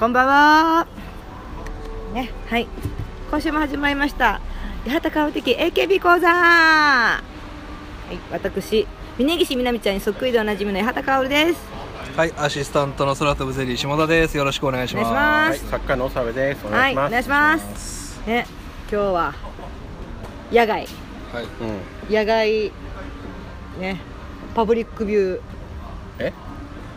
こんばんは。ねはい。今週も始まりました。八幡顔的 AKB 講座。はい、私、峯岸みなみちゃんにそっくりでおなじみの八幡薫です。はい、アシスタントの空飛ぶゼリー下田です。よろしくお願いします。お願はまいす作家の長部です。おは願いい、しおます。願いします。ね、今日は。野外、はい、うん。野外。ね、パブリックビュー。え？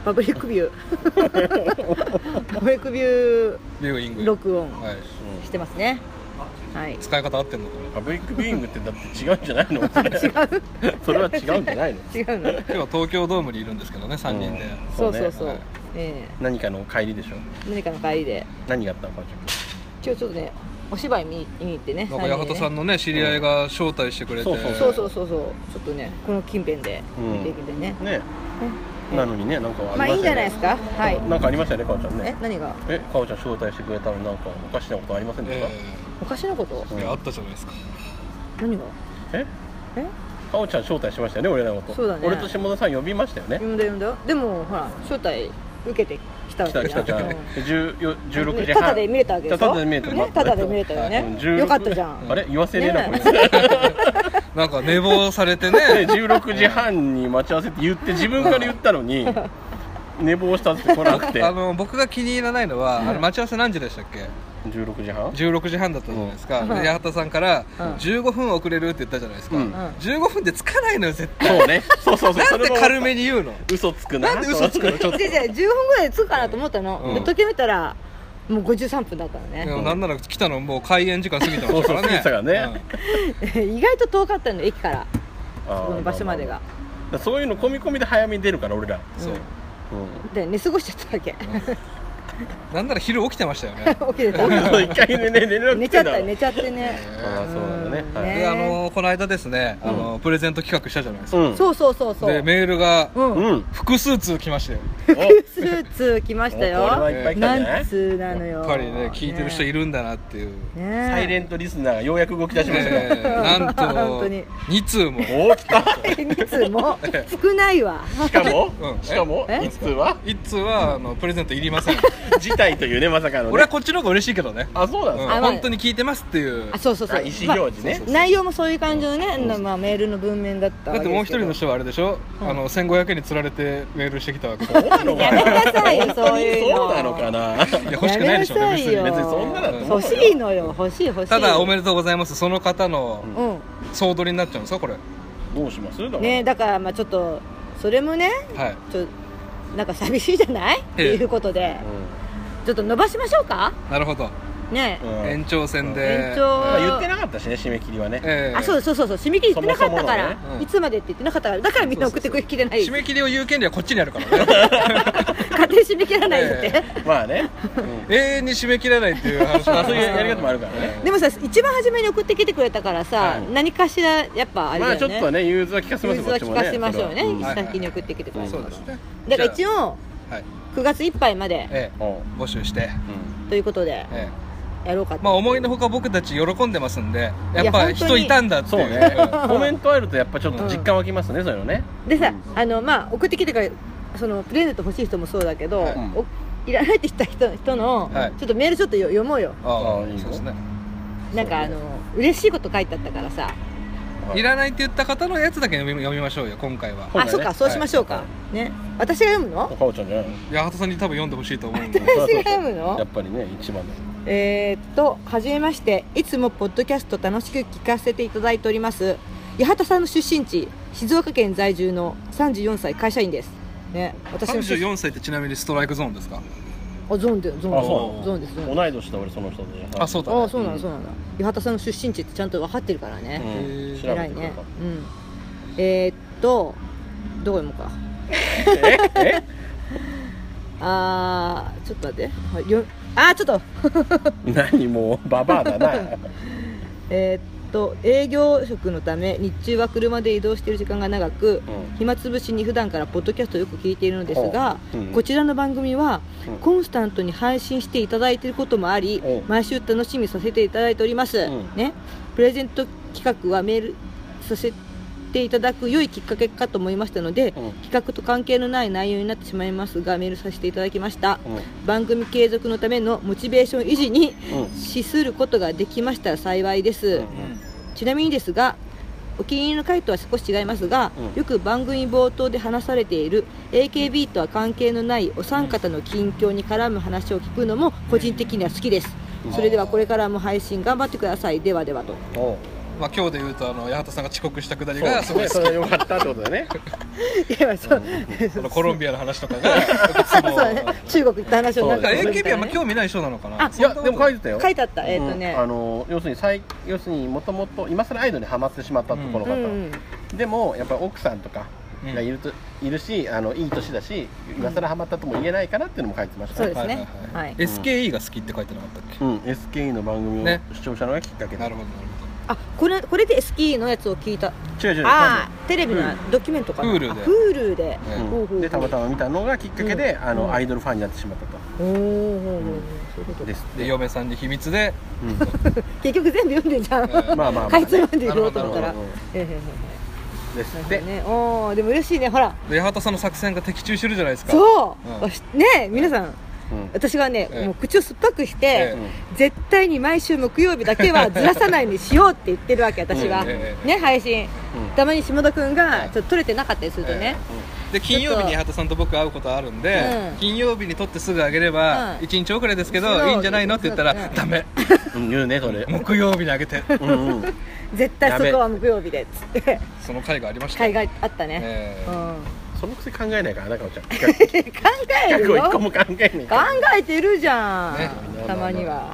パブリックビュー。 パブリックビュビューインーグ。録音はい。してますね。 はい。使い方合ってんのかな。パブリックビューイングってだって違うんじゃない の？それ違う。それは違うんじゃないの？違う の。今日は東京ドームにいるんですけどね、三人で。うんそうねそうそうはい。え何かの帰りでしょ。え、何かの帰りで。何があったのか。今日ちょっとねお芝居見に見に行ってねなんか八幡さんののね、知り合いが招待してくれて。そうそうそうそうそうそうちょっとねこの近辺でう見んてきてね、ね。なのにね、なんかありままあしたよねいいんじゃないです。かはいなんかありましたよね、かおちゃんえね。何がえ、かおちゃん招待してくれたのになんかおかしなことありませんでしたえ。おかしなことえいやあったじゃないですか。何がえ？えかおちゃん招待しましたよね、俺らのこと。そうだね俺と下田さん呼びましたよね呼。んだ呼んだでもほら招待受けてきたわ来けじゃたん来た来たうん。十よ十六時ただ半。で見れたわけでしょただで見れたねただで見れたようんね16よかったじゃんあれ言わせねえなこねれ。でなんか寝坊され てね。 16時半に待ち合わせって言って自分から言ったのに寝坊したって来なくてあの僕が気に入らないのは、あの待ち合わせ何時でしたっけ16時半16時半だったじゃないですか、んで八幡さんからうん15分遅れるって言ったじゃないですか、うん15分でつかないのよ絶対そうねそうそうそうなそんれでも軽めに言うの嘘つくななんで嘘つくのちょっと違う違う15分ぐらいで着くかなと思ったうのんで時計見たらもう53分だったのねいやなんなら来たのもう開演時間過ぎてましたからねそうそう過ぎてたから ね意外と遠かったの駅からあーそこの場所までまあがまあだからそういうの込み込みで早めに出るから俺らうんそううで寝過ごしちゃったわけなんなら昼起きてましたよね起きてたんそう一回ね寝れなくて寝ちゃっただ寝ちゃってねああそうなんだねうんはいであのこの間ですね、あのプレゼント企画したじゃないですうか、んそうそうそうそうでメールがうんうんお複数通来ましたよスーツ来ましたこれはよいっぱい来たんじゃな何い通なのよやっぱりね聞いてる人いるんだなっていう、ねサイ レントリスナーがようやく動き出しましたえねーなんと本当に2通もおお来た2通も少ない わしかもうんしかもえいつは1通はあのプレゼントいりません事態というねまさかの俺はねこっちの方が嬉しいけどね、あそうなうんん、ですあ本当に聞いてますっていうあそうそうそかあう意思表示ねまあ内容もそういう感じのね、まあ、メールの文面だっただわっけてですけどもう一人の人はあれでしょ、あの1500円に釣られてメールしてきたわけでしょそうなのかやめなさいよ 本当そういうにのそうなのかないや欲しくないでしょやめなさいよね別に別にそんなだと思う欲よしいのよ欲しい欲しいただおめでとうございますその方のうん総取りになっちゃうんですかこれ どうしますだからねだからまあちょっとそれもねはいちょなんか寂しいじゃないってええいうことでうちょっと伸ばしましょうかなるほど、ねんうん延長戦で延長まあ言ってなかったしね締め切りはね、ええあそうそうそうそう締め切り言ってなかったからそもそものねうんいつまでって言ってなかったからだからみんな送ってくれきれない締め切りを言う権利はこっちにあるから ね勝手に締め切らないんだって、まあね、永遠に締め切らないっていう話まあそういうやり方もあるからね、でもさ一番初めに送ってきてくれたからさ、はい何かしらやっぱあれまだあちょよっね、とね融通は聞かせニまュすーよズは聞かせましょうね、こっちもはねい先に送ってきてくれたかそうらですねだから一応、応はい9月いっぱいまでえそれはうんえ、募集して、うんということでえやろうかえとまあ思いのほか僕たち喜んでますんでやっいや本当ぱに人いたんだってそういうねうんコメントあるとやっぱちょっと実感湧きますね、そういうのねでさあのまあ送ってきてくれそのプレゼント欲しい人もそうだけど、はいおいらないって言った人人の、はいちょっとメールちょっとよ読もうよああああいいよそうですねなんかあの嬉しいこと書いてあったからさはいらないって言った方のやつだけ読み読みましょうよ今回はそうだあねそっかそうしましょうか、はね私が読むのかおちゃんじゃないの八幡さんに多分読んでほしいと思うんで私が読むのやっぱりね一番のえーっと、はじめまして、いつもポッドキャスト楽しく聞かせていただいております。八幡さんの出身地、静岡県在住の34歳会社員です。ね、 私の出身34歳ってちなみにストライクゾーンですかあ、ゾーンで、ゾーンで、ゾあそうなーのンです、ゾーンです。同い年だ俺その人であそうだあ、ねそうなんだ、そうなんだ。八幡さんの出身地ってちゃんと分かってるからうね。へんー調べ偉ていくれねた。うん。えーっと、どこ読もうか。えあー、ちょっと待って。はいよあー、ちょっと。え 何もうババアだなえーっと営業職のため日中は車で移動している時間が長く、うん暇つぶしに普段からポッドキャストをよく聞いているのですが、ほううんこちらの番組は、うんコンスタントに配信していただいていることもありほう毎週楽しみにさせていただいております、うんね、プレゼント企画はメールさせっていただく良いきっかけかと思いましたので、うん企画と関係のない内容になってしまいますがメールさせていただきました、う番組継続のためのモチベーション維持にうん資することができましたら幸いです、うんちなみにですがお気に入りの回とは少し違いますが、うんよく番組冒頭で話されている AKB とは関係のないお三方の近況に絡む話を聞くのも個人的には好きです、うんそれではこれからも配信頑張ってくださいではではとおうまあ今日で言うとあの八幡さんが遅刻したくだりそうがすすごごいいそれは良かったってことだねいや そうあのコロンビアの話とか がいつもそうね中国行った話をなんかだからするみた AKB いはなまあね興味ない人なのかなあいやでも書いてたよ書いてあったえっ、とねうんあの要するに最要するにもともと今更アイドルにハマってしまったところうがあったの、んでもやっぱり奥さんとかうんがいると、いるしあのいい年だし今更ハマったとも言えないかなっていうのも書いてましたそうですはいはいねははいい SKE が好きって書いてなかったっうん、SKE の番組ねを視聴したのがきっかけけだ、なるほどなるほどあこれこれでスキーのやつを聞いた違う違うああテレビのうんドキュメントかな Hulu であ Hulu で多ね分ほうほうほうんうでたまたま見たのがきっかけで、あうんのアイドルファンになってしまったと、おおそういうことですで嫁さんに秘密でう結局全部読んでんじゃん、ん、 まあまあまあ、かいつまんでいろうと思ったらなるほどええええええなるですって、ほどねおーでも嬉しいねほらで八幡さんの作戦が的中してるじゃないですかそう、うんわしねえ皆さんうん私がね、ええもう口を酸っぱくして、え絶対に毎週木曜日だ けはずらさないようにしようって言ってるわけ私は、うんええね配信たまに下田君ええがちょっと取れてなかったりするとね、で金曜日に八幡さんと僕会うことあるんで、うん金曜日に撮ってすぐあげればうん一日遅れですけど、そういいんじゃないのって言ったら、そううんダメうんうん、言うねそれ 木曜日にあげてうんうん絶対そこは木曜日でっつってその回がありました海よ外あったね、えうえん、そのくせ考えないからなかおちゃん企画考え企る画を一よ個考も考え ないからえてるじゃん、ねたまには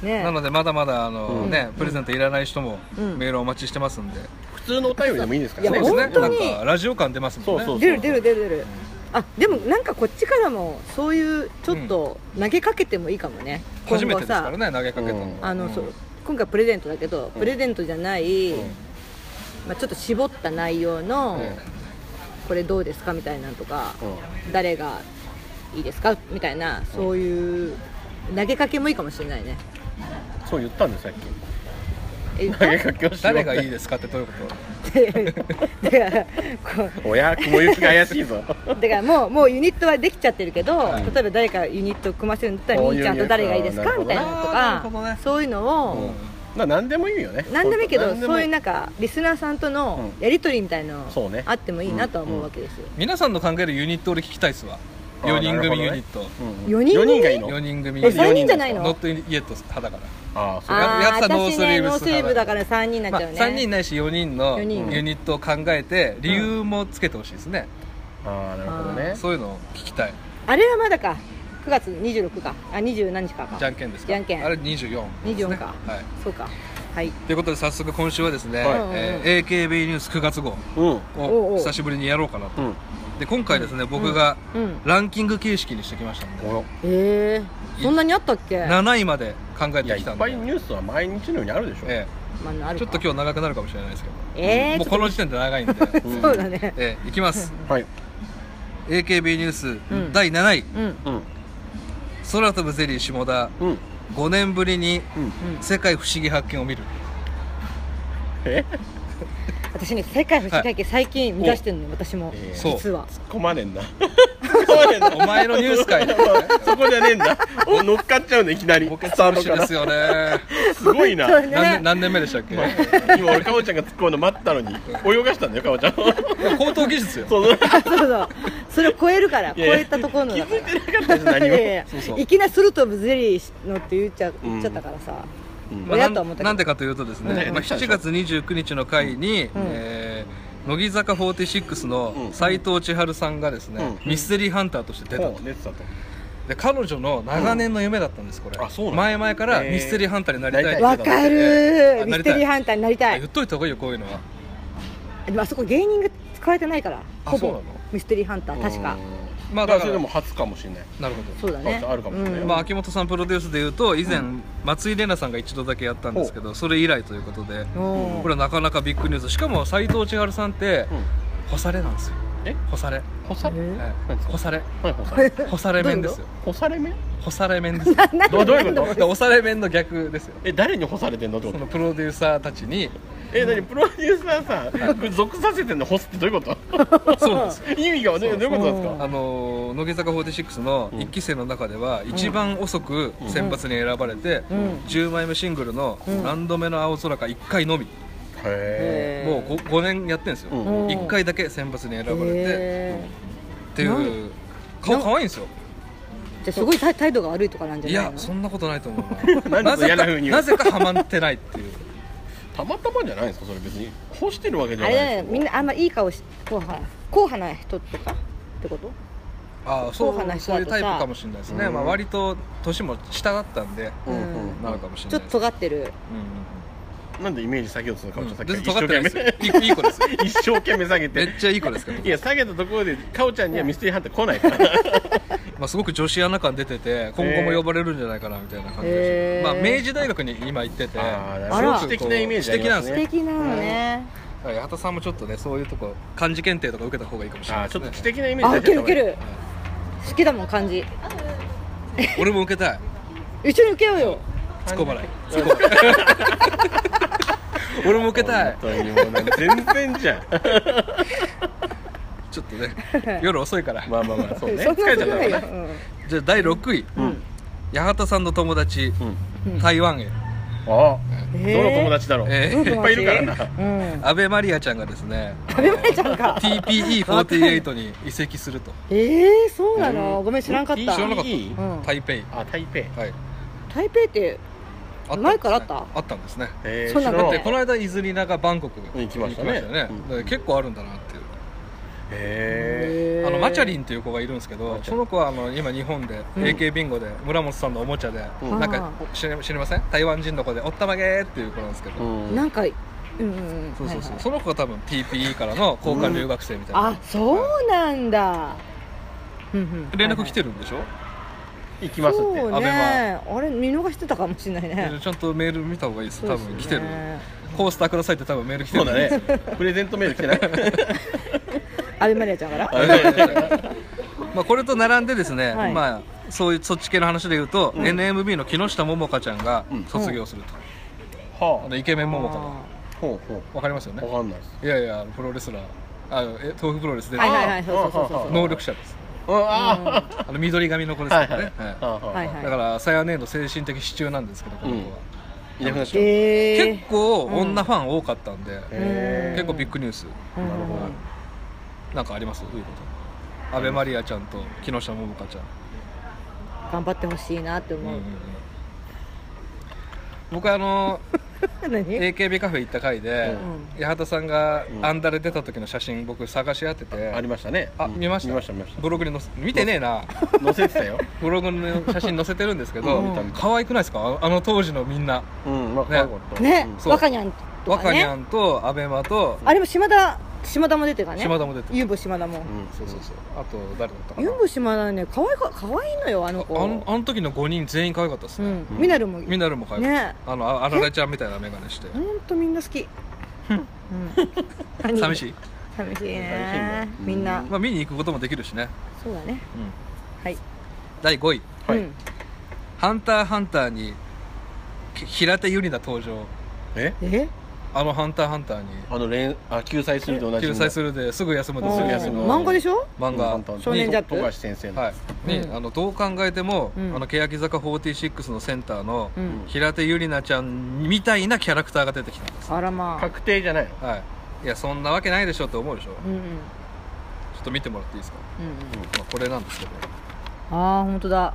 ねなのでまだまだあの、うんねプレゼントいらない人もうんメールお待ちしてますんで、普通のお便りでもいいですかいらやねそうですね本当になんかラジオ感出ますもんねそうそう出る出る出る出るあでもなんかこっちからもそういうちょっと投げかけてもいいかもね、初め今てで後すからさ、ね投げかけたの、うんあのそううん今回プレゼントだけどプレゼントじゃない、うんまあ、ちょっと絞った内容の、うんこれどうですかみたいなのとか、うん誰がいいですかみたいなそういう投げかけもいいかもしれないねそう言ったんですさっきえ投げかけをしよう誰がいいですかってどういうこと だからこ親雲行きが怪しいぞうだからもうもうユニットはできちゃってるけど、はい例えば誰かユニットを組ませるんだったらこみういうーちゃんと誰がいいですなるかほどみたいなのとなるほどか、ねそういうのを、まあ何でもいいよね何でもいいけど何でそういういなんかリスナーさんとのうんやり取りみたいなのそうねあってもいいなとは思うわけですよ、皆さんの考えるユニット俺聞きたいっすわあー4人組なユるニット、うん四人四がいいの4人組え3人じゃないのノットイエット派だからああそうあやあつあーはノース私リねーブノースス派だリーブだから3人になまっあ、ちゃうね、 3人ないし4人の四ユ人ニットを考えて理由もつけてほしいですね、ああなるほどねそういうのを聞きたいあれはまだか9月26かあ20何日かかじゃんけんですかじゃんけんあれ24です、ね、 24かはいそうかはいということで早速今週はですね、はいえー AKB ニュース9月号うんおうおをう久しぶりにやろうかなとうんで今回ですね、僕がうんランキング形式にしてきましたんで、おえー、そんなにあったっけ、ま7位まで考えいてやいきったんでぱいニュースは毎日のようにあるでしょえあ、あえるちょっと今日長くなるかもしれないですけど、えーもうこの時点で 長いんで、日日そうだねええいきますはい AKB ニュース、ん第7位うんうん空飛ぶゼリー下田うん5年ぶりにうん世界不思議発見を見る、え私ね世界不思議体験最近見出してるのよ、私も、えーそう実は突っ込まねえんだ突っ込まねえんだお前のニュースかい そこじゃねえんだお乗っかっちゃうんだいきなりボケスつターぶトしかでらすよねすごいな本当に ね何年何年目でしたっけ 今俺かおちゃんが突っ込むの待ったのに泳がしたんだよかお ちゃん高等技術よその そうそうそれを超えるからい超やいやえたところの気づいてなかったです い何もやいやそうそういきなり空飛ぶゼリーのって言っちゃ言っちゃったからさ、うんまあ、な親とは思ったけどんなんでかというとですね、うんまあ、7月29日の回に、えー乃木坂46うのん斎藤千春さんがですね、うんミステリーハンターとして出たもとう出てたとで彼女の長年の夢だったんですこれ、うんあそうなんだ前々からへーミステリーハンターになりたいなりたいわかるええミステリーハンターになりたい言っといた方がいいよこういうのはでもあそこ芸人が使えてないからあほそうなぼのミステリーハンター確かうんまあだかだかららそれでも初かもしれないなるほそうだねあるかもしれないうんど、まあ、秋元さんプロデュースでいうと以前、松井玲奈さんが一度だけやったんですけどそれ以来ということでおーこれはなかなかビッグニュースしかも斎藤千春さんってうん干されなんですよえ干され、干されはい何ですか干されはい干され干され面ですよ干され目干され面ですよどどういうこ と干され面の逆ですよえ誰に干されてんのってそことのプロデューサーたちにえ何プロデューサーさんこれ属させてんの干すってどういうこと そうなんですよ意味がどういうことなんですかあのー乃木坂46の1期生の中では一番遅く選抜に選ばれて、うん10枚目シングルのうん「何度目の青空」か1回のみ、へもう 5, 年やってるんですよ、うんうん1回だけ選抜に選ばれてへっていう顔可愛いんですよーじゃあすごい態態度が悪いとかなんじいゃないやのそんなことないと思うなななんでそんなぜ嫌なか風に言うなぜかハマってないっていうたまたまじゃないんですかそれ別に干してるわけじゃあなれいだよでねすみんなあんまいい顔し硬派硬派な人とかってことああそう硬派な人そだういとさうタイプかもしれないですね、うんまあ、割と年も下だったんでうんうんなのかもしれちなょいっでとす尖ってるうんうんなんでイメージ下げようとするうのんうかんさっ全き然尖一生ってないです懸命よいいいい子ですよ 一生懸命下 めげてっちゃいい子ですからいや下げたところでかおちゃんにはミステリーハンター来ないからまあ、すごく女子アナ感出てて今後も呼ばれるんじゃないかなみたいな感じです、へーまあ、明治大学に今行っててあーあらすごくこう知的なイメージあ知り的まなすねんです素敵よなのねだから八幡さんもちょっとねそういうとこ漢字検定とか受けた方がいいかもしれあないーですちょっねと知的なイメージあ出ウちケゃるっウケるた方がいい好きだもん漢字俺も受けたい一緒に受けようよ突っ込まない突っ込まない 俺も受けたい本当にもうなんか全然じゃんちょっとね夜遅いから、まあまあまあそうねそんな疲れちゃことないったかよらねじゃあ第6位、うん八幡さんの友達、うんうん台湾へ、あうんどの友達だろう、えどのー友達いっぱいいるからなうん安倍マリアちゃんがですね食べまれちゃうか TPE48 に移籍するとええそうなのごめん知らんかっ知たらうんなかった台北はいあ台北へ台北ってあったんですね前からあったあったんですねえそうなんだ知らでなかこっの間伊豆里奈がバンコク行きましたね行きだうんから結構あるんだなっていうたへあのマチャリンンっていう子がいるんですけマどチャリンその子はあの今日本でうん AK ビンゴで村本さんのおもちゃでうんなんか知り知りません台湾人の子で「おったまげ」っていう子なんですけえうどんなんかうんうんんそうそうそはいうはいその子が多分 TPE からの交換留学生みたいなあそうなんだうんうん連絡来てるるんでしょ行きますっそうてアベねあれ見逃してたかもしれないねちゃんとメール見た方がいいです多分来てそうるですねコースターくださいって多分メール来てそるうだねプレゼントメール来てない阿部マリアちゃんからあれだよねまあ、これと並んでですね、はいまあ、そういうそっち系の話で言うと、NMB の木下桃香ちゃんがうん卒業すると、あはのイケメン桃香のああほうほわかりますようねわかんないですいやいやあのプロレスラーあえ東北プロレスでーはいはいはいそうそうそうあそあう能力者ですうんああの緑髪の子であすかはいはらいね、はいはいはいだからさや姉の精神的支柱なんですけどこの子は、いなくなっちゃうええ結構女ファン多かったんで、へ結構ビッグニュースなるほどなんかありますどういうこと安倍マリアちゃんと木下桃香ちゃん頑張ってほしいなって思う、僕あの何 AKB カフェ行った回で、八幡さんがアンダレ出た時の写真僕探し当てて、ありましたねあうん見ました見ました見ましブログに載せ見てねえなた載せてたよブログの写真載せてるんですけど、うん見た見た可愛くないですかああの当時のみんな うんまあ可愛かったねうんそう若にゃんとか若にねゃんとアベマとあれも島田島田も出てたね島田も出てるユンボ島田も、うんそうそうそうあと誰だったかなユンボ島田はね可愛いか可愛いのよあの子ああのあの時の5人全員可愛かったですうね、んミナルもみんなるも可愛かった、ねあのああられちゃんみたいな眼鏡してほんとみんな好 き、うん、寂しい寂しいい、ね寂しいねみんな、うんまあ、見に行くこともできるしね、そうだねうんはい、第5位はいうん「ハンターハンター」にき平手友梨奈登場ええあの「ハンターハンター」にあの連あ救済すると同じ救済するですぐ休むですすぐぐ休休むむ漫画でしょ漫画少年ジャンプ富樫先生のはいに、うんあのどう考えても、うんあの欅坂46のセンターのうん平手友梨奈ちゃんみたいなキャラクターが出てきたんです、あらまあ確定じゃないのはい、いやそんなわけないでしょって思うでしょちうんうんうんうんょっと見てもらっていいですか、まあ、これなんですけどああ本当だ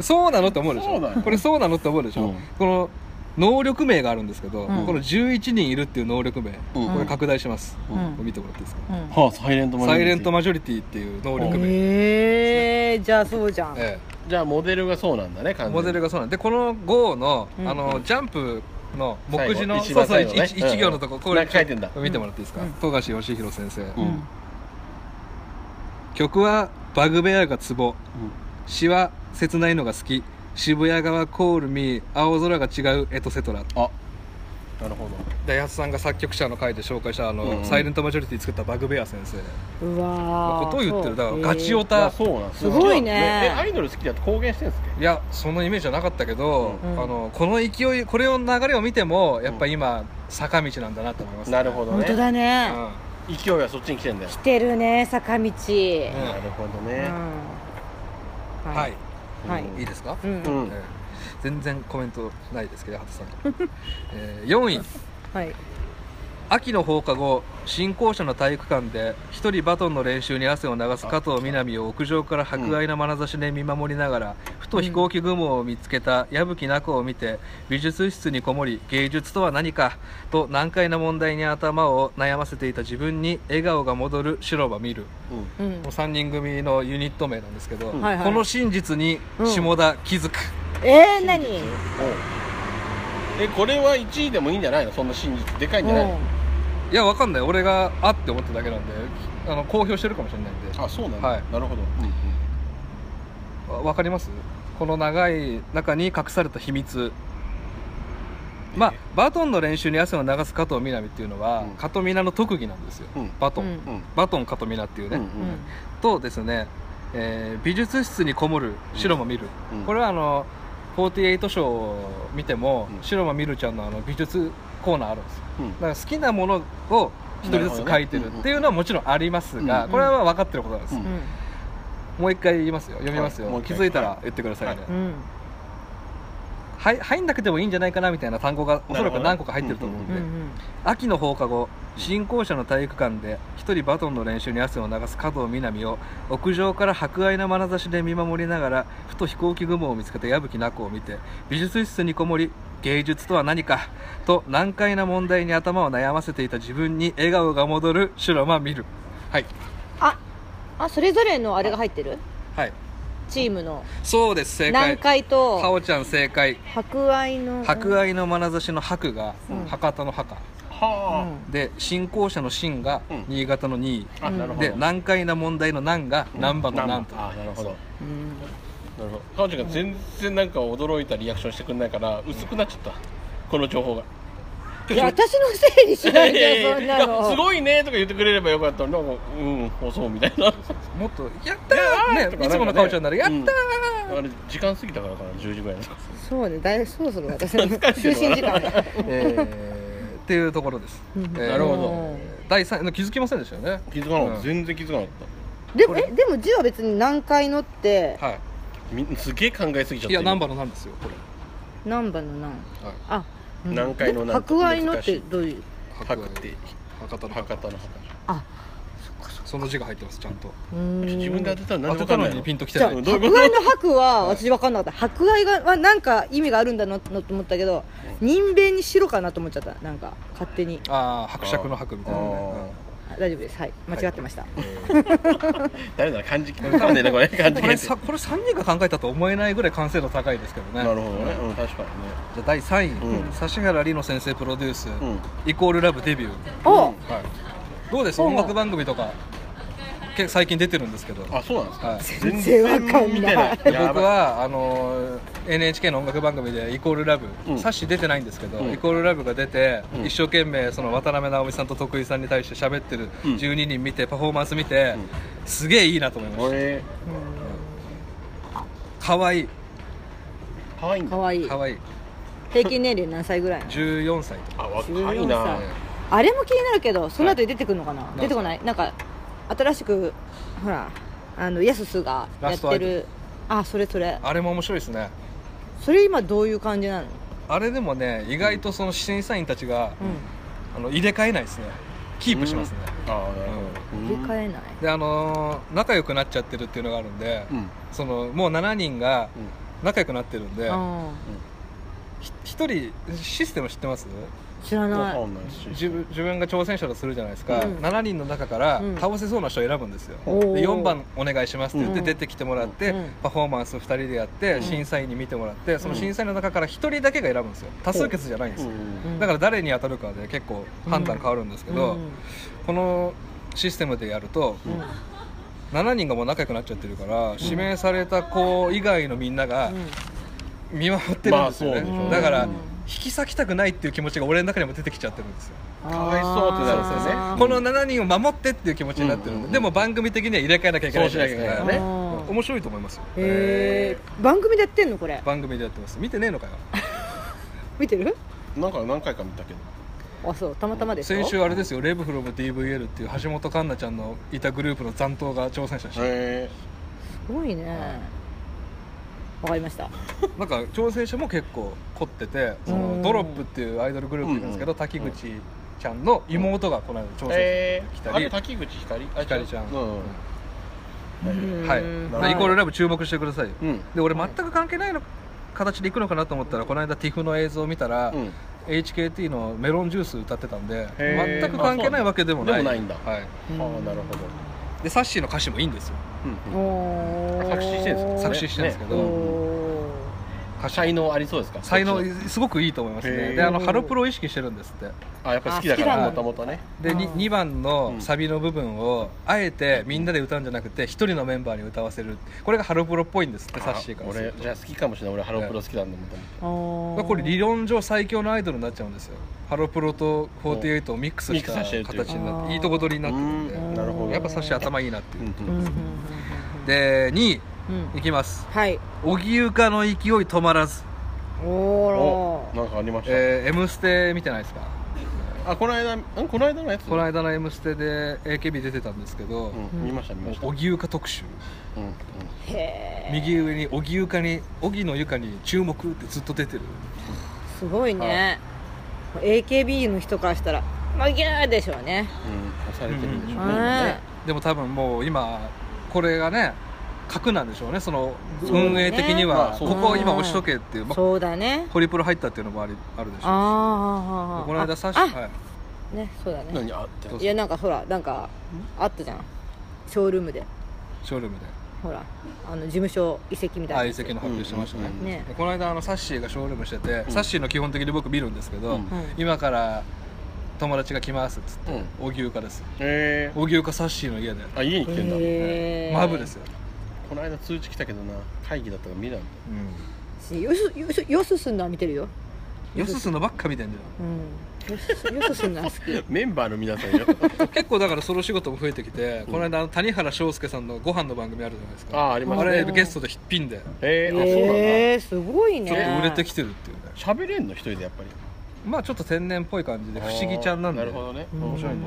そうなのって思うでしそうだよょこれそうなのって思うでしょ、うんこの能力名があるんですけうど、んこの11人いるっていう能力名、うんこれ拡大します、うんこれ見てもらっていいですか、うんはあサイレントマジョサリイティレントマジョリティっていう能力名、ええじゃあそうじゃん、えじゃあモデルがそうなんだねえ完全にモデルがそうなんでこの GO の,、うんあのジャンプの目次の最そうそう後一番最後ね一一一行のとこ、うんこれなんか書いてんだ見てもらっていいですか、うん富樫義弘先生、うん曲は「バグベアがツボ」詩は「切ないのが好き」「渋谷川コールミー」「青空が違う」エトセトラあなるほど大八さんが作曲者の会で紹介したあの、うんサイレントマジョリティ作ったバグベア先生うわのーことを言ってそうるだからガチオまあタ、そうなんですごいねえアイドル好きだって公言してるんですいやそのイメージはなかったけど、うんあのこの勢いこれを流れを見てもやっぱ今坂道なんだなと思いまけす、どなるほど本当ねだね、勢いはそっちに来てんだよ来てるね坂道、うなるほどうんねうんはい、はいいいですか、うんうんえー全然コメントないですけど畑さんから、えー、4位はい秋の放課後新校舎の体育館で一人バトンの練習に汗を流す加藤みなみを屋上から博愛な眼差しで見守りながら、ふと飛行機雲を見つけた矢吹奈子を見て美術室にこもり芸術とは何かと難解な問題に頭を悩ませていた自分に笑顔が戻る白馬見るうんうんこの3人組のユニット名なんですけど、うんはいはいこの真実に下田気づく、えー、何おえこれは1位でもいいんじゃないのそんな真実でかいんじゃないのいやわかんない俺があって思っただけなんであの公表してるかもしれないんであそうなんはだいなるほどわわかりますこの長い中に隠された秘密まあバトンの練習に汗を流す加藤みなみっていうのは、うん加藤みなの特技なんですようんバトン、うんうんうんバトン加藤みなっていうね、うんうんとですね、えー美術室にこもる白間みる、うんこれはあの48章を見ても、うん白間みるちゃんのあの美術コーナーあるんですようんだから好きなものを一人ずつ描いてるっていうのはもちろんありますが、うんこれは分かってることなんです、うんうんもう一回言いますよ読みますよ、はいもう気一回づいたら言ってくださいね、うんはい、入んなくてもいいんじゃないかなみたいな単語がおそらく何個か入ってると思うんうで、んうん秋の放課後新校舎の体育館で一人バトンの練習に汗を流す加藤みなみを屋上から博愛な眼差しで見守りながらふと飛行機雲を見つけた矢吹奈子を見て美術室にこもり芸術とは何かと難解な問題に頭を悩ませていた自分に笑顔が戻る白間見るはいああそれぞれのあれが入ってるはいチームのそうです正南解海かとおちゃん正解博愛の博愛の眼差しの博がうん博多の博はで新校舎の新がうん新潟の2位、ああなるほどで難解な問題の難が難波の難と、あなるほどうんなるほど彼女が全然なんか驚いたリアクションしてくれないから薄くなっちゃったこの情報がいや私の せいにしないでよそんなのす ごいねとか言ってくれればよかったのになんかうん放送み たいなもっと「やったー!ね」とかいつものかおちゃんなら「やったー!あれ時間過ぎたからかな10時ぐらいだそうねだいそろそろ私 の就寝時間だえーっていうところです、うんえーなるほど第3気づきませんでしたよね気づかなかった、うん全然気づかなかっでもえでも字は別に南海のってはたみすげえ考えすぎちゃっいいたや今難波の難ですよこれ南波の南はいあうん南海の南って博愛のっ難していどういう白って博多の博博多の博あその字が入ってますちゃんとうーん自分で当てたら当何でてたもかんのないにのピンときてじゃなあいうん博どういうこと愛の博は私分かんなかった博愛がはなんか意味があるんだなのと思ったけど人弁に白かなと思っちゃったなんか勝手にああ伯爵の伯みたいなねあ大丈夫ですはい間違ってました、誰だ漢字わかんねえなこれ漢うん字これさこれ3人が考えたとは思えないぐらい完成度高いですけどねなるほどね、うん、確かにねじゃあ第3位、うん指原莉乃先生プロデュース、うんイコールラブデビュー、おはい、どうですほう音楽番組とかけ最近出てるんですけど、はあそうなんですかい、全然わかんない見てないでやばい僕はあのー NHK の音楽番組で「イコールラブ」うん冊子出てないんですけど「うんイコールラブ」が出て、うん一生懸命その渡辺直美さんと徳井さんに対して喋ってるうん12人見て、パフォーマンス見て、うんすげえいいなと思いまこしれたかわいい可愛いんだかわいいかわいい平均年齢何歳ぐらいなの14歳とかあ若い14な歳あれも気になるけどその後で出てくるのかな、い出てこないなんか新しくほらあのヤススがやラっストアてイドるルあそれそれあれも面白いですねそれ今どういう感じなのあれでもね意外とその審査員たちが、うあの入れ替えないですねキープしますね、ああなるほどん入れ替えないであのー仲良くなっちゃってるっていうのがあるんで、うんそのもう7人が仲良くなってるんで、あひ一人システム知ってますー知らうんなわかいんないし自分自分が挑戦者とするじゃないですか、うん7人の中からうん倒せそうな人を選ぶんですよ、おーで4番お願いしますって言ってうん出てきてもらって、うんパフォーマンスを2人でやって、ん審査員に見てもらってその審査員の中から1人だけが選ぶんですよ多数決じゃないんですよ、うんだから誰に当たるかで結構判断変わるんですけうど、んこのシステムでやると、7人がもう仲良くなっちゃってるから、指名された子以外のみんながうん見守ってるんですよね、まあそうでしょうねだからうん引き裂きたくないっていう気持ちが俺の中にも出てきちゃってるんですよかわいそうってなるんですよねあーこの7人を守ってっていう気持ちになってるんで、うんうんうんでも番組的には入れ替えなきゃいけないじゃないですそかうしなきゃいけないからねうん面白いと思いますよへえ番組でやってんのこれ番組でやってます見てねえのかよ見てるなんか何回か見たけどあそうたまたまです先週あれですよ「レブフロム DVL」っていう橋本環奈ちゃんのいたグループの残党が挑戦者でしたへすごいねわかりましたなんか挑戦者も結構凝っててそうんのドロップっていうアイドルグループいるんですけど、うん滝口ちゃんの妹がこの間挑戦者えで来たあり、れ滝口ひかりあひかりちゃん違ううんは、うんないイコールラブ注目してくださいようんで俺全く関係ないの形でいくのかなと思ったらこの間 TIFF の映像を見たら、うん HKT のメロンジュース歌ってたんでへー全く関係ないわけでもないあそうなんだでもはい、うんああなるほどでサッシーの歌詞もいいんですようんうんおー作詞してるんですか作詞してるんですけどおー歌才能ありそうですか才能そっちすごくいいと思いますへねーであのハロプロを意識してるんですってのあやっぱり好きだかあら好もきなんだともとねでうん 2, 番のサビの部分をあえてみんなで歌うんじゃなくて1人のメンバーに歌わせるこれがハロプロっぽいんですってサッシーからす俺るじゃあ好きかもしれない俺ハロプロ好きなんだもともおとーこれ理論上最強のアイドルになっちゃうんですよハロプロと48をミックスしたミックスしてるという形になっあてーいいとこ取りになってうるんんなるほでどやっぱサッシー頭いいなっていううんうんうんで2うんうん位いきますはい荻生かの勢い止まらずおおーなんかありましたえー「M ステ」見てないですかあこの間んこの間のやつこの間の「M ステ」で AKB 出てたんですけどうん見ました見ましたうん荻生か特集うへんえ右上に荻生かに荻のゆかに注目ってずっと出てるすごいね AKB の人からしたらまあギャーでしょうね押されてるんでしょううねんねでも多分もう今これがね核なんでしょうねその運営的には、そうこねこを今押しとけっていう、まあ、そうだねホリプロ入ったっていうのもありあるでしょうああこの間サッシあー、はい、ねそうだね何あってどういやなんかほらなんかあったじゃんショールームでショールームでほらあの事務所移籍みたいな相やつ席の発表してましたね,、うんうんうんねこの間あのサッシーがショールームしてて、うんサッシーの基本的に僕見るんですけど、うんはい今から友達が来ますっつってうん荻生かですえ荻生かサッシーの家であ家に来てんだへーマブですよ、この間通知来たけどな会議だったから見なかっしよすよすよすすんのは見てるようん、よすすのばっか見てんじうんよすよすすんのは好 きたメンバーの皆さん よゃん結構だからソロ仕事も増えてきて、この間あの谷原章介さんのご飯の番組あるじゃないですかあありまあすれねゲストでヒッピンでえー、えー、すごいねちょっと売れてきてるっていうねあそうなんだ喋れんの一人でやっぱりまあちょっと天然っぽい感じで不思議ちゃんなんでなるほどね面白いね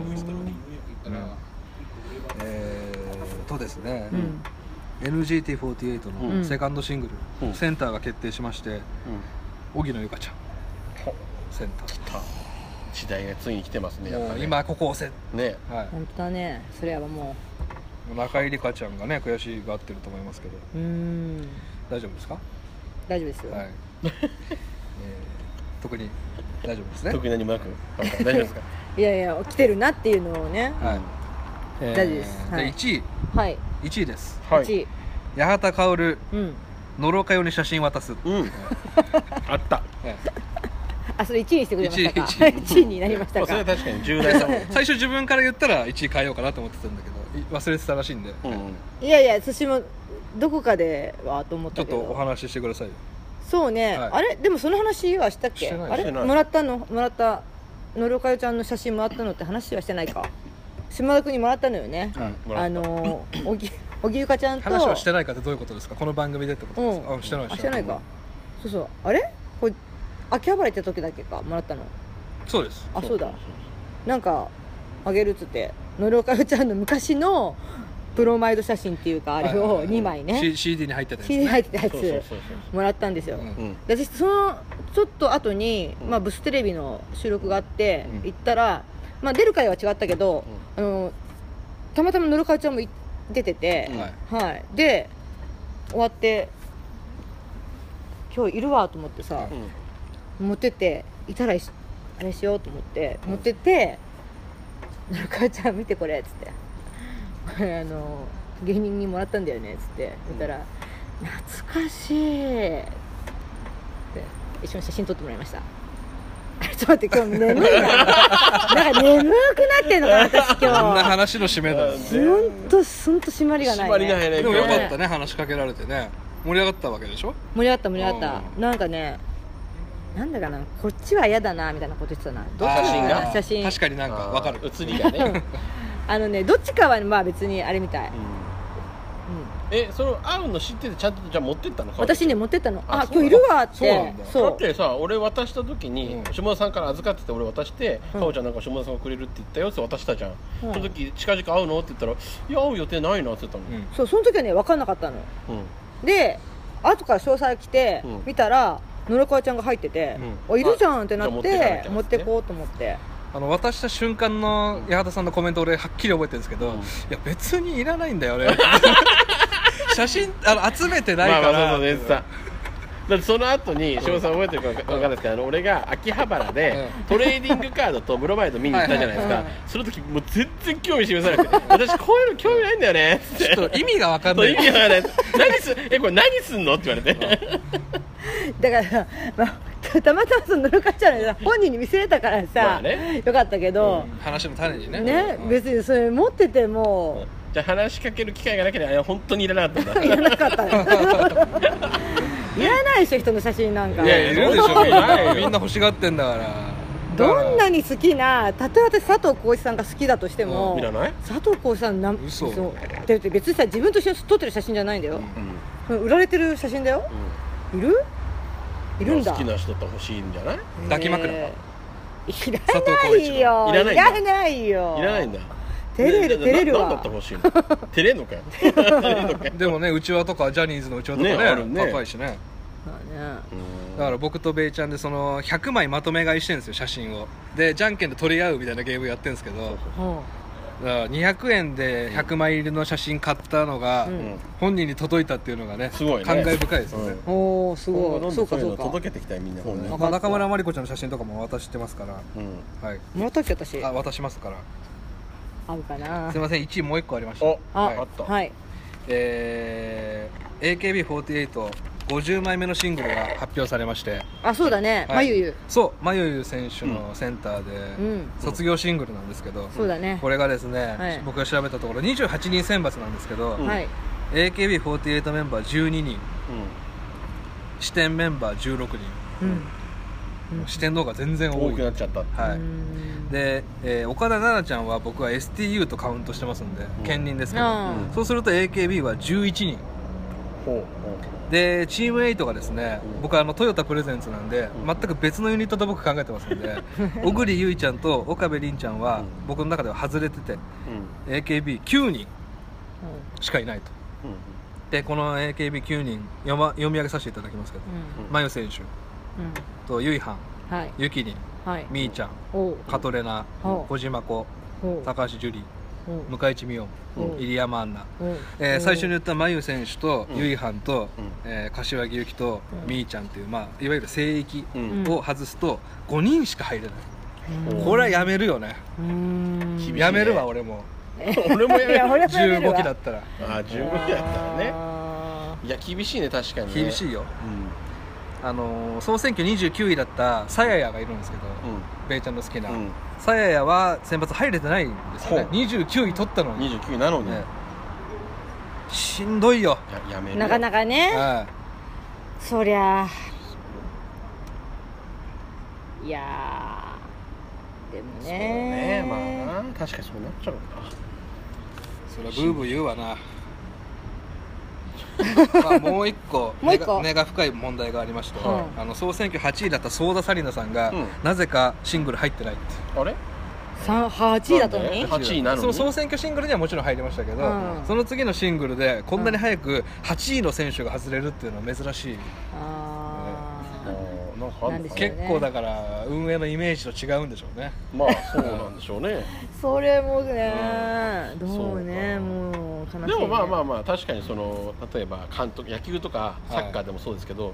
うんえー、とですね、うん NGT48 うのんセカンドシングル、うんセンターが決定しましてう荻野由香ちゃんほセンターん時代がついに来てますねやっもぱうね今ここ押せ、ねは本当だねそれはもい、中井梨花ちゃんがね悔しがってると思いますけどううーん大丈夫ですか、大丈夫ですよ、はいえー特に大丈夫ですね特に何もな くなんか大丈夫ですかい、やいや来てるなっていうのをねはい、えー大丈夫ですはい1はい位1位ですは1位八幡薫うんのろかよに写真渡す、うん あったえあそれ1位にしてくれましたか一位 1位になりましまたあそれかは確かに重大なもんえ 最初自分から言ったら1位変えようかなと思ってたんだけどい忘れてたらしいんで、 うんいやいや私もどこかではと思っちたょっけどとお話ししてくださいよそうね、はいあれでもその話はしたっけしてないあしれてないもらったのもらったのろかよちゃんの写真もらったのって話はしてないか島田君にもらったのよね、うんあのーおぎおぎゆかちゃんと話はしてないかってどういうことですかこの番組でってことですか、うんあしてないあしてないかそうそうあれこれ秋葉原行った時だけかもらったのそうですあそうだなんかあげるっつってのろかよちゃんの昔のプロマイド写真っていうかあれはいはいをはい2枚ね C- CD に入ってたやつ CD 入ってたやそうそうつそうそもらったんですよ、うんううんで私そのちょっと後に、うんまあ、ブステレビの収録があって、うん行ったら、まあ、出る回は違ったけど、あのたまたまのるかわちゃんもい出てて、うんはいはい、で終わって今日いるわと思ってさ、うん持ってっていたらしあれしようと思って持ってって「なるかちゃん見てこれ」っつって「これあの芸人にもらったんだよね」っつって見たら「懐かしい」って一緒に写真撮ってもらいましたあれちょっと待って今日眠い ななんか眠くなってんのかな私こんな今話の締めだ日ほんとすんと締まりがない、ね、締まりがないねでもよかったね話しかけられてね盛り上がったわけでしょ盛り上がった盛り上がっうたなんかねなんだかなこっちは嫌だなみたいなこと言ってたなどっちの方があー写真確かになんかわかる写りがね、あのねどっちかはまあ別にあれみたい、ううん、んえその会うの知っててちゃんとじゃあ持ってったの私ね持ってったのああそ今日うなんいだるわってそうなんだだってさ俺渡した時に、うん下田さんから預かってて俺渡して「うかんおちゃんなんか下田さんがくれるって言ったよ」って渡したじゃん、うんその時「近々会うの?」って言ったら「いや会う予定ないな」って言ったのうんそうその時はね分かんなかったのうん、で後から詳細来て、うん見たら野呂川ちゃんが入ってて、うんあいるじゃんってなっじゃあ持ってかてれたやつね持ってこうと思ってあの渡した瞬間の八幡さんのコメント俺はっきり覚えてるんですけど、うんいや別にいらないんだよ ね写真あの集めてないまあかまら、あそうそうねさだってその後に下田さん覚えてるかわかんないですけどあの俺が秋葉原でトレーディングカードとブロマイド見に行ったじゃないですはかいはいその時もう全然興味示さなくて「私こういうの興味ないんだよね」っつってちょっと意味がわかんそうない意味わかんない何すえこれ何すんのって言われてだから、まあ、 たたまたまその野呂川ちゃんの本人に見せれたからさ、まあねよかったけど、話の種にねね、うん別にそれ持ってても、じゃあ話しかける機会がなければあれは本当にいらなかったんだいらなかったのいらないでしょ人の写真なんかいやいやいるでしょそうみんないよなみんな欲しがってんだからどんなに好きなたとえ私佐藤浩市さんが好きだとしても、うんいらない佐藤浩市さんなん嘘そうだって別にさ自分と一緒に撮ってる写真じゃないんだよ、うん売られてる写真だよいるいるんだ好きな人と欲しいんじゃないい抱き枕えーい佐ら藤な浩市いよいらないんだないよらないんだ照れるね照れるななんだわって欲しいの 照れ んのかよ照れんのかよでもねうちわとかジャニーズのうちわとかねねあるね高いしねまあねうんだから僕とベイちゃんでその100枚まとめ買いしてるんですよ写真をでじゃんけんで取り合うみたいなゲームやってるんですけどだかうんら200円で100枚入りの写真買ったのが、うん本人に届いたっていうのがねすごいね感慨深いですよね、うんおおす今後ごどいんそどうんかそういうそのうか届けていきたいみんなもねまあかった中村真理子ちゃんの写真とかも渡してますから、うんはい、もらったっけ私あ渡しますから合うかなすいません1位もう1個ありましたおああったはいえー、AKB4850 枚目のシングルが発表されましてあそうだねはいまゆゆそうまゆゆ選手のセンターで、うん卒業シングルなんですけど、そうだねこれがですね、はい僕が調べたところ28人選抜なんですけど、うんはい AKB48 メンバー12人う支店メンバー16人、うん支店の方が全然ん多多いくなっちゃったはういんで、えー岡田奈々ちゃんは僕は STU とカウントしてますんで、ん兼任ですけど、あそうすると AKB は11人ほうでチーム8がですね、うん僕はあのトヨタプレゼンツなんで、うん全く別のユニットと僕考えてますん で小栗結衣ちゃんと岡部凛ちゃんは、うん僕の中では外れててうん AKB9 人うんしかいないとうんでこの AKB9 人読,、ま、読み上げさせていただきますけど、うんまゆ選う手んとゆいはんはいゆきりんはいみーちゃんおうカトレナうん小島子おう高橋樹里おう向井地美音うん入山アンナおうえー最初にう言ったまゆ選手とうんゆいはんと、うんえー柏木由紀とうんみーちゃんという、まあ、いわゆる聖域うんを外すと5人しか入れない、んこれはやめるよね、うーん厳しいねやめるわ俺も 俺も やいめや俺るもやめる15わ期だったらああ15期だったらねあいや厳しいね確かにね厳しいいよ、うんあのー総選挙29位だったさややがいるんですけど、ベイちゃんの好きなうんさややは選抜入れてないんですよねほう29位取ったのに、 29なのにねや、しんどいよ、やめーるなかなかかねはそりゃいやーでもそうねまねあな確かにそうなっちゃうかい、それはブーブー言うわ なまあもう一個 もう一個根が根が深い問題がありまして、はあの総選挙8位だったソーダサリナさんが、うんなぜかシングル入ってないっていうあれさん8位だったのなんにで8位なのにその総選挙シングルにはもちろん入りましたけど、うんその次のシングルでこんなに早く8位の選手が外れるっていうのは珍しい、ああーーなんかあるのなんでかしょうね結ね構だから運営のイメージと違うんでしょうねまあそうなんでしょうね それもねどうそうねかもう悲しいねでもまあまあまあ確かにその例えば監督野球とかサッカーでもそうですけど、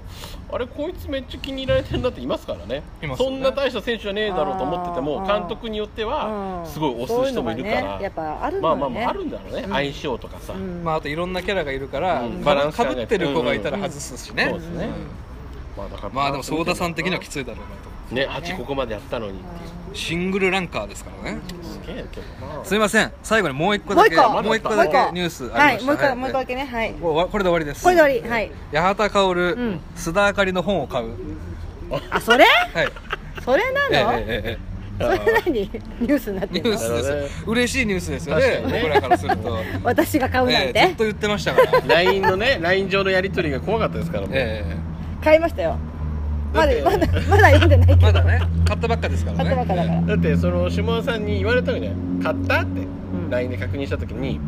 あれこいつめっちゃ気に入られてるなっていますからねいますよそねんな大した選手じゃねえだろうと思っててもあー監督によってうはんすごい推す人もいるからそううのがねやっぱあるんだまよねあまあまああるんだろうね、うん相性とかさ、うんまあ、あといろんなキャラがいるから、うんババラランンススか考ぶえてってる子がいたら外すしね、そうですね、まあだからまあでも相田さん的にはきついだろうなといね8ここまでやったのにっていうシングルランカーですからね、すげえけどなすいません最後にもう一個だけもう一個一個だけニュースあはりまいしもたう一個はいもう一個だけねはいもうわこれで終わりですこれで終わりはい八幡薫、ん須田あかりの本を買うあそれはいそれなの、えええええ それ何ニュースになっえニてんュのースですなるよほ嬉しいニュースですよね確かにね僕らからすると、私が買うなんえて、えずっと言ってましたから LINE のね LINE 上のやり取りが怖かったですからもう、ええ買いましたよまだだまってだまだ読んでないけどまだね買ったばっかですから買っねたばっかだから、だってその下田さんに言われたわけじゃない買った?」ってん LINE で確認した時に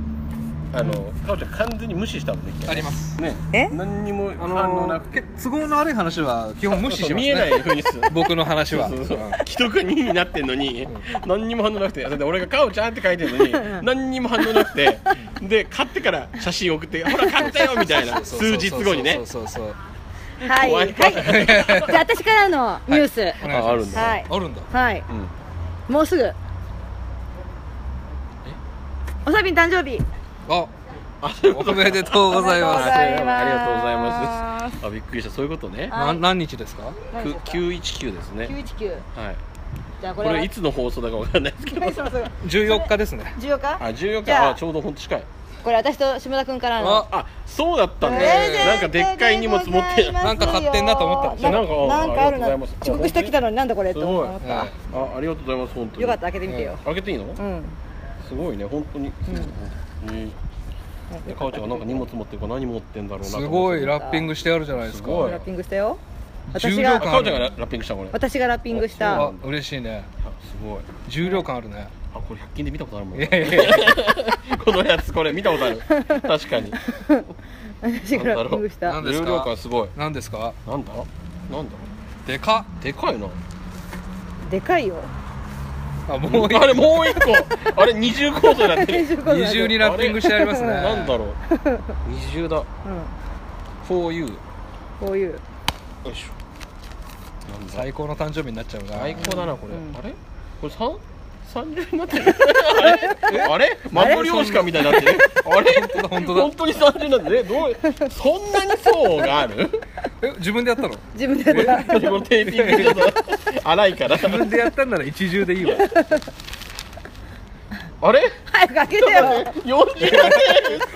あのかおちゃん完全に無視したもんね一回ありますねえ何にもあ反応のなくーてけ都合の悪い話は基本無視しますね見えないふうに する僕の話はそうそうそううん既読が2になってんのに何にも反応なくてだって俺が「かおちゃん」って書いてるのに何にも反応なくてで買ってから写真送って「ほら買ったよ」みたいなそうそう数日後にねそうそうそうそうはい怖はいいじゃあ私からのニュースはい、お願いしますああるんだはいあるんだうんもうすぐおさびん誕生日あおめでとうございおめでとうございますまありがとうございますあびっくりしたそういうことねすな何日ですか何ですか919ですね919はいじゃあここれはれいつの放送だかわかんないですけどそうそう14日ですね14日あ14じ日ゃああちょうどほんと近いこれ私と島田君からのああそうだったプねレゼントなんかでっかい荷物持ってでございますよなんか買ってんなと思ったんですよなななんんかかあるなありがとうございます遅刻してきたのになんだこれすとごい思っはたあありがとうございます本当によかった開けてみてよ開けていいのうんすごいね本当にうんでかおちゃんがなんか荷物持ってるから何持ってんだろうなすと思ってごいラッピングしてあるじゃないですかすごいラッピングしたよ重私量あが感かおちゃんがラッピングしたこれあ私がラッピングしあた嬉しいねすごい重量感あるねあこれ100均で見たことあるもんいやいやいや このやつこれ見たことある確かに私がラッピングしなたんです重か量感すごい何ですかなんだなんだでかでかいなでかいよっあもうあれもう一個あれ二重構造になってる二重にラッピングしてありますねなん だろう二重だうん、 4U よこういういしょなんだ最高の誕生日になっちゃうな最高だなこれ、うんあれこれ三三重になって るあれあれマグ漁師かみたいになってるあれ本当だ本当だ本当に三重なんでねどうそんなに層があるえ自分でやったの自分でやっこのテーピングちょっと荒いから自分でやったんなら一重でいいわ あれた早く開けてよ四十だ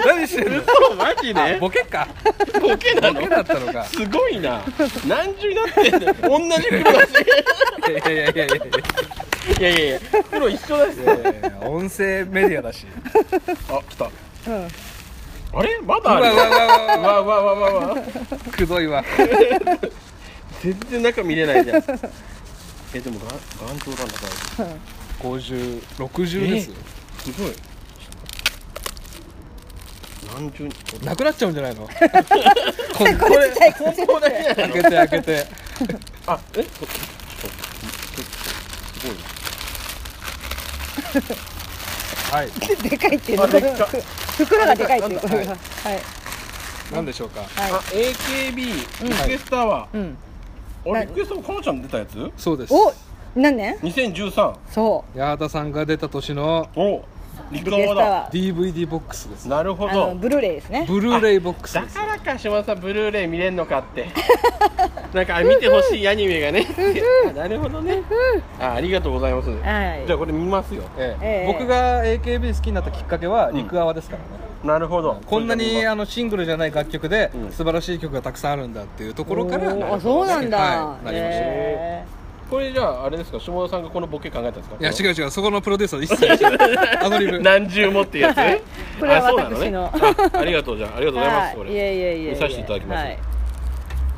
何してける嘘マジあでボケかボケなボケだのったのかすごいな何重になってんの同じ黒だしいやいやいやいやいいやいやいや黒一緒だしやいやいや音声メディアだしあ来たうんあれまうだわうわうあわうわるわわわわわくどいわ全然中見れないじゃんえでもが頑丈なんだから5060ですよすごい何重になくなっちゃうんじゃな いのこんこれ本当だけ開けて開けてあえここはいでかいっていうのあでっか袋がでかいっていうことなんだははい何でしょうかあ AKB リクエストアワうんーあれリクエストもかおちゃん出たやつそうですお何年2013そう八幡さんが出た年のおリクリアクエスワトだは DVD ボックスですなるほあのどブルーレイですねブルーレイボックスだですからか島田さんブルーレイ見れんのかってなんかあ見てほしいアニメがねあなるほどねあありがとうございますじはいゃあこれ見ますよええええ僕が AKB 好きになったきっかけは陸アワですからね、なるほどこんなにああのシングルじゃない楽曲でうん素晴らしい曲がたくさんあるんだっていうところからおーあそうなんだはい、なりました、へこれじゃああれですか下田さんがこのボケ考えたんですかいや違う違うそこのプロデューサー一 切してないアドリ ブ何重もってやつねこれはあそうな私のねあありがとうじゃあありがとうございますこはいいれえいえいええ見させていただきますはい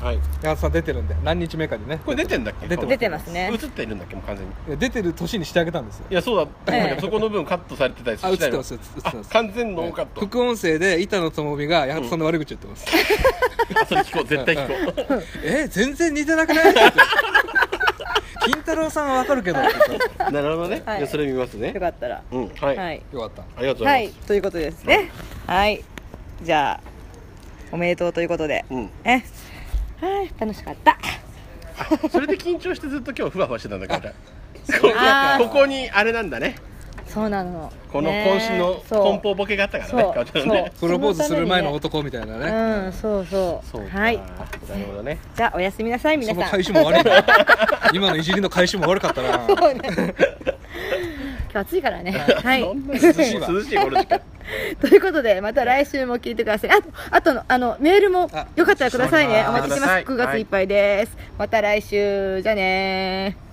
はい八幡さん出てるんで何日目かにねこれ出てんだっけ出て出てますね映ってるんだっけもう完全にいや出てる年にしてあげたんですよいやそうだったええなんかそこの部分カットされてたりあ映ってまのす映ってます完全ノーカッ ト副音声で板野友美が八幡さんの悪口言ってます、あそれ聞こう絶対聞こう え全然似てなくないって言って金太郎さんはわかるけどって言ってま なるほどねはいいやそれ見ますよねかったらうんはいはあいすよかったりがとうごはざいいますということですねはいじゃあおめでとうということでうんえはい楽しかったそれで緊張してずっと今日ふわふわしてたんだからあここここにあれなんだねそうなのこのね渾身のそう梱包ボケがあったからねそかおうちゃんのねプロポーズする前の音男みたいなねうんそうそうそうかはいなるほどねじゃあおやすみなさい皆そさんの 返しも悪いな今のいじりの返しも悪かったなそうね今日暑いからねはい そんな涼涼しいわしいこの時間 ということでまた来週も聞いてくださいあとあとのあのメールもあよかったらくださいねおお待ち待ちししてまますす9月いっぱいです、また来週じゃあねー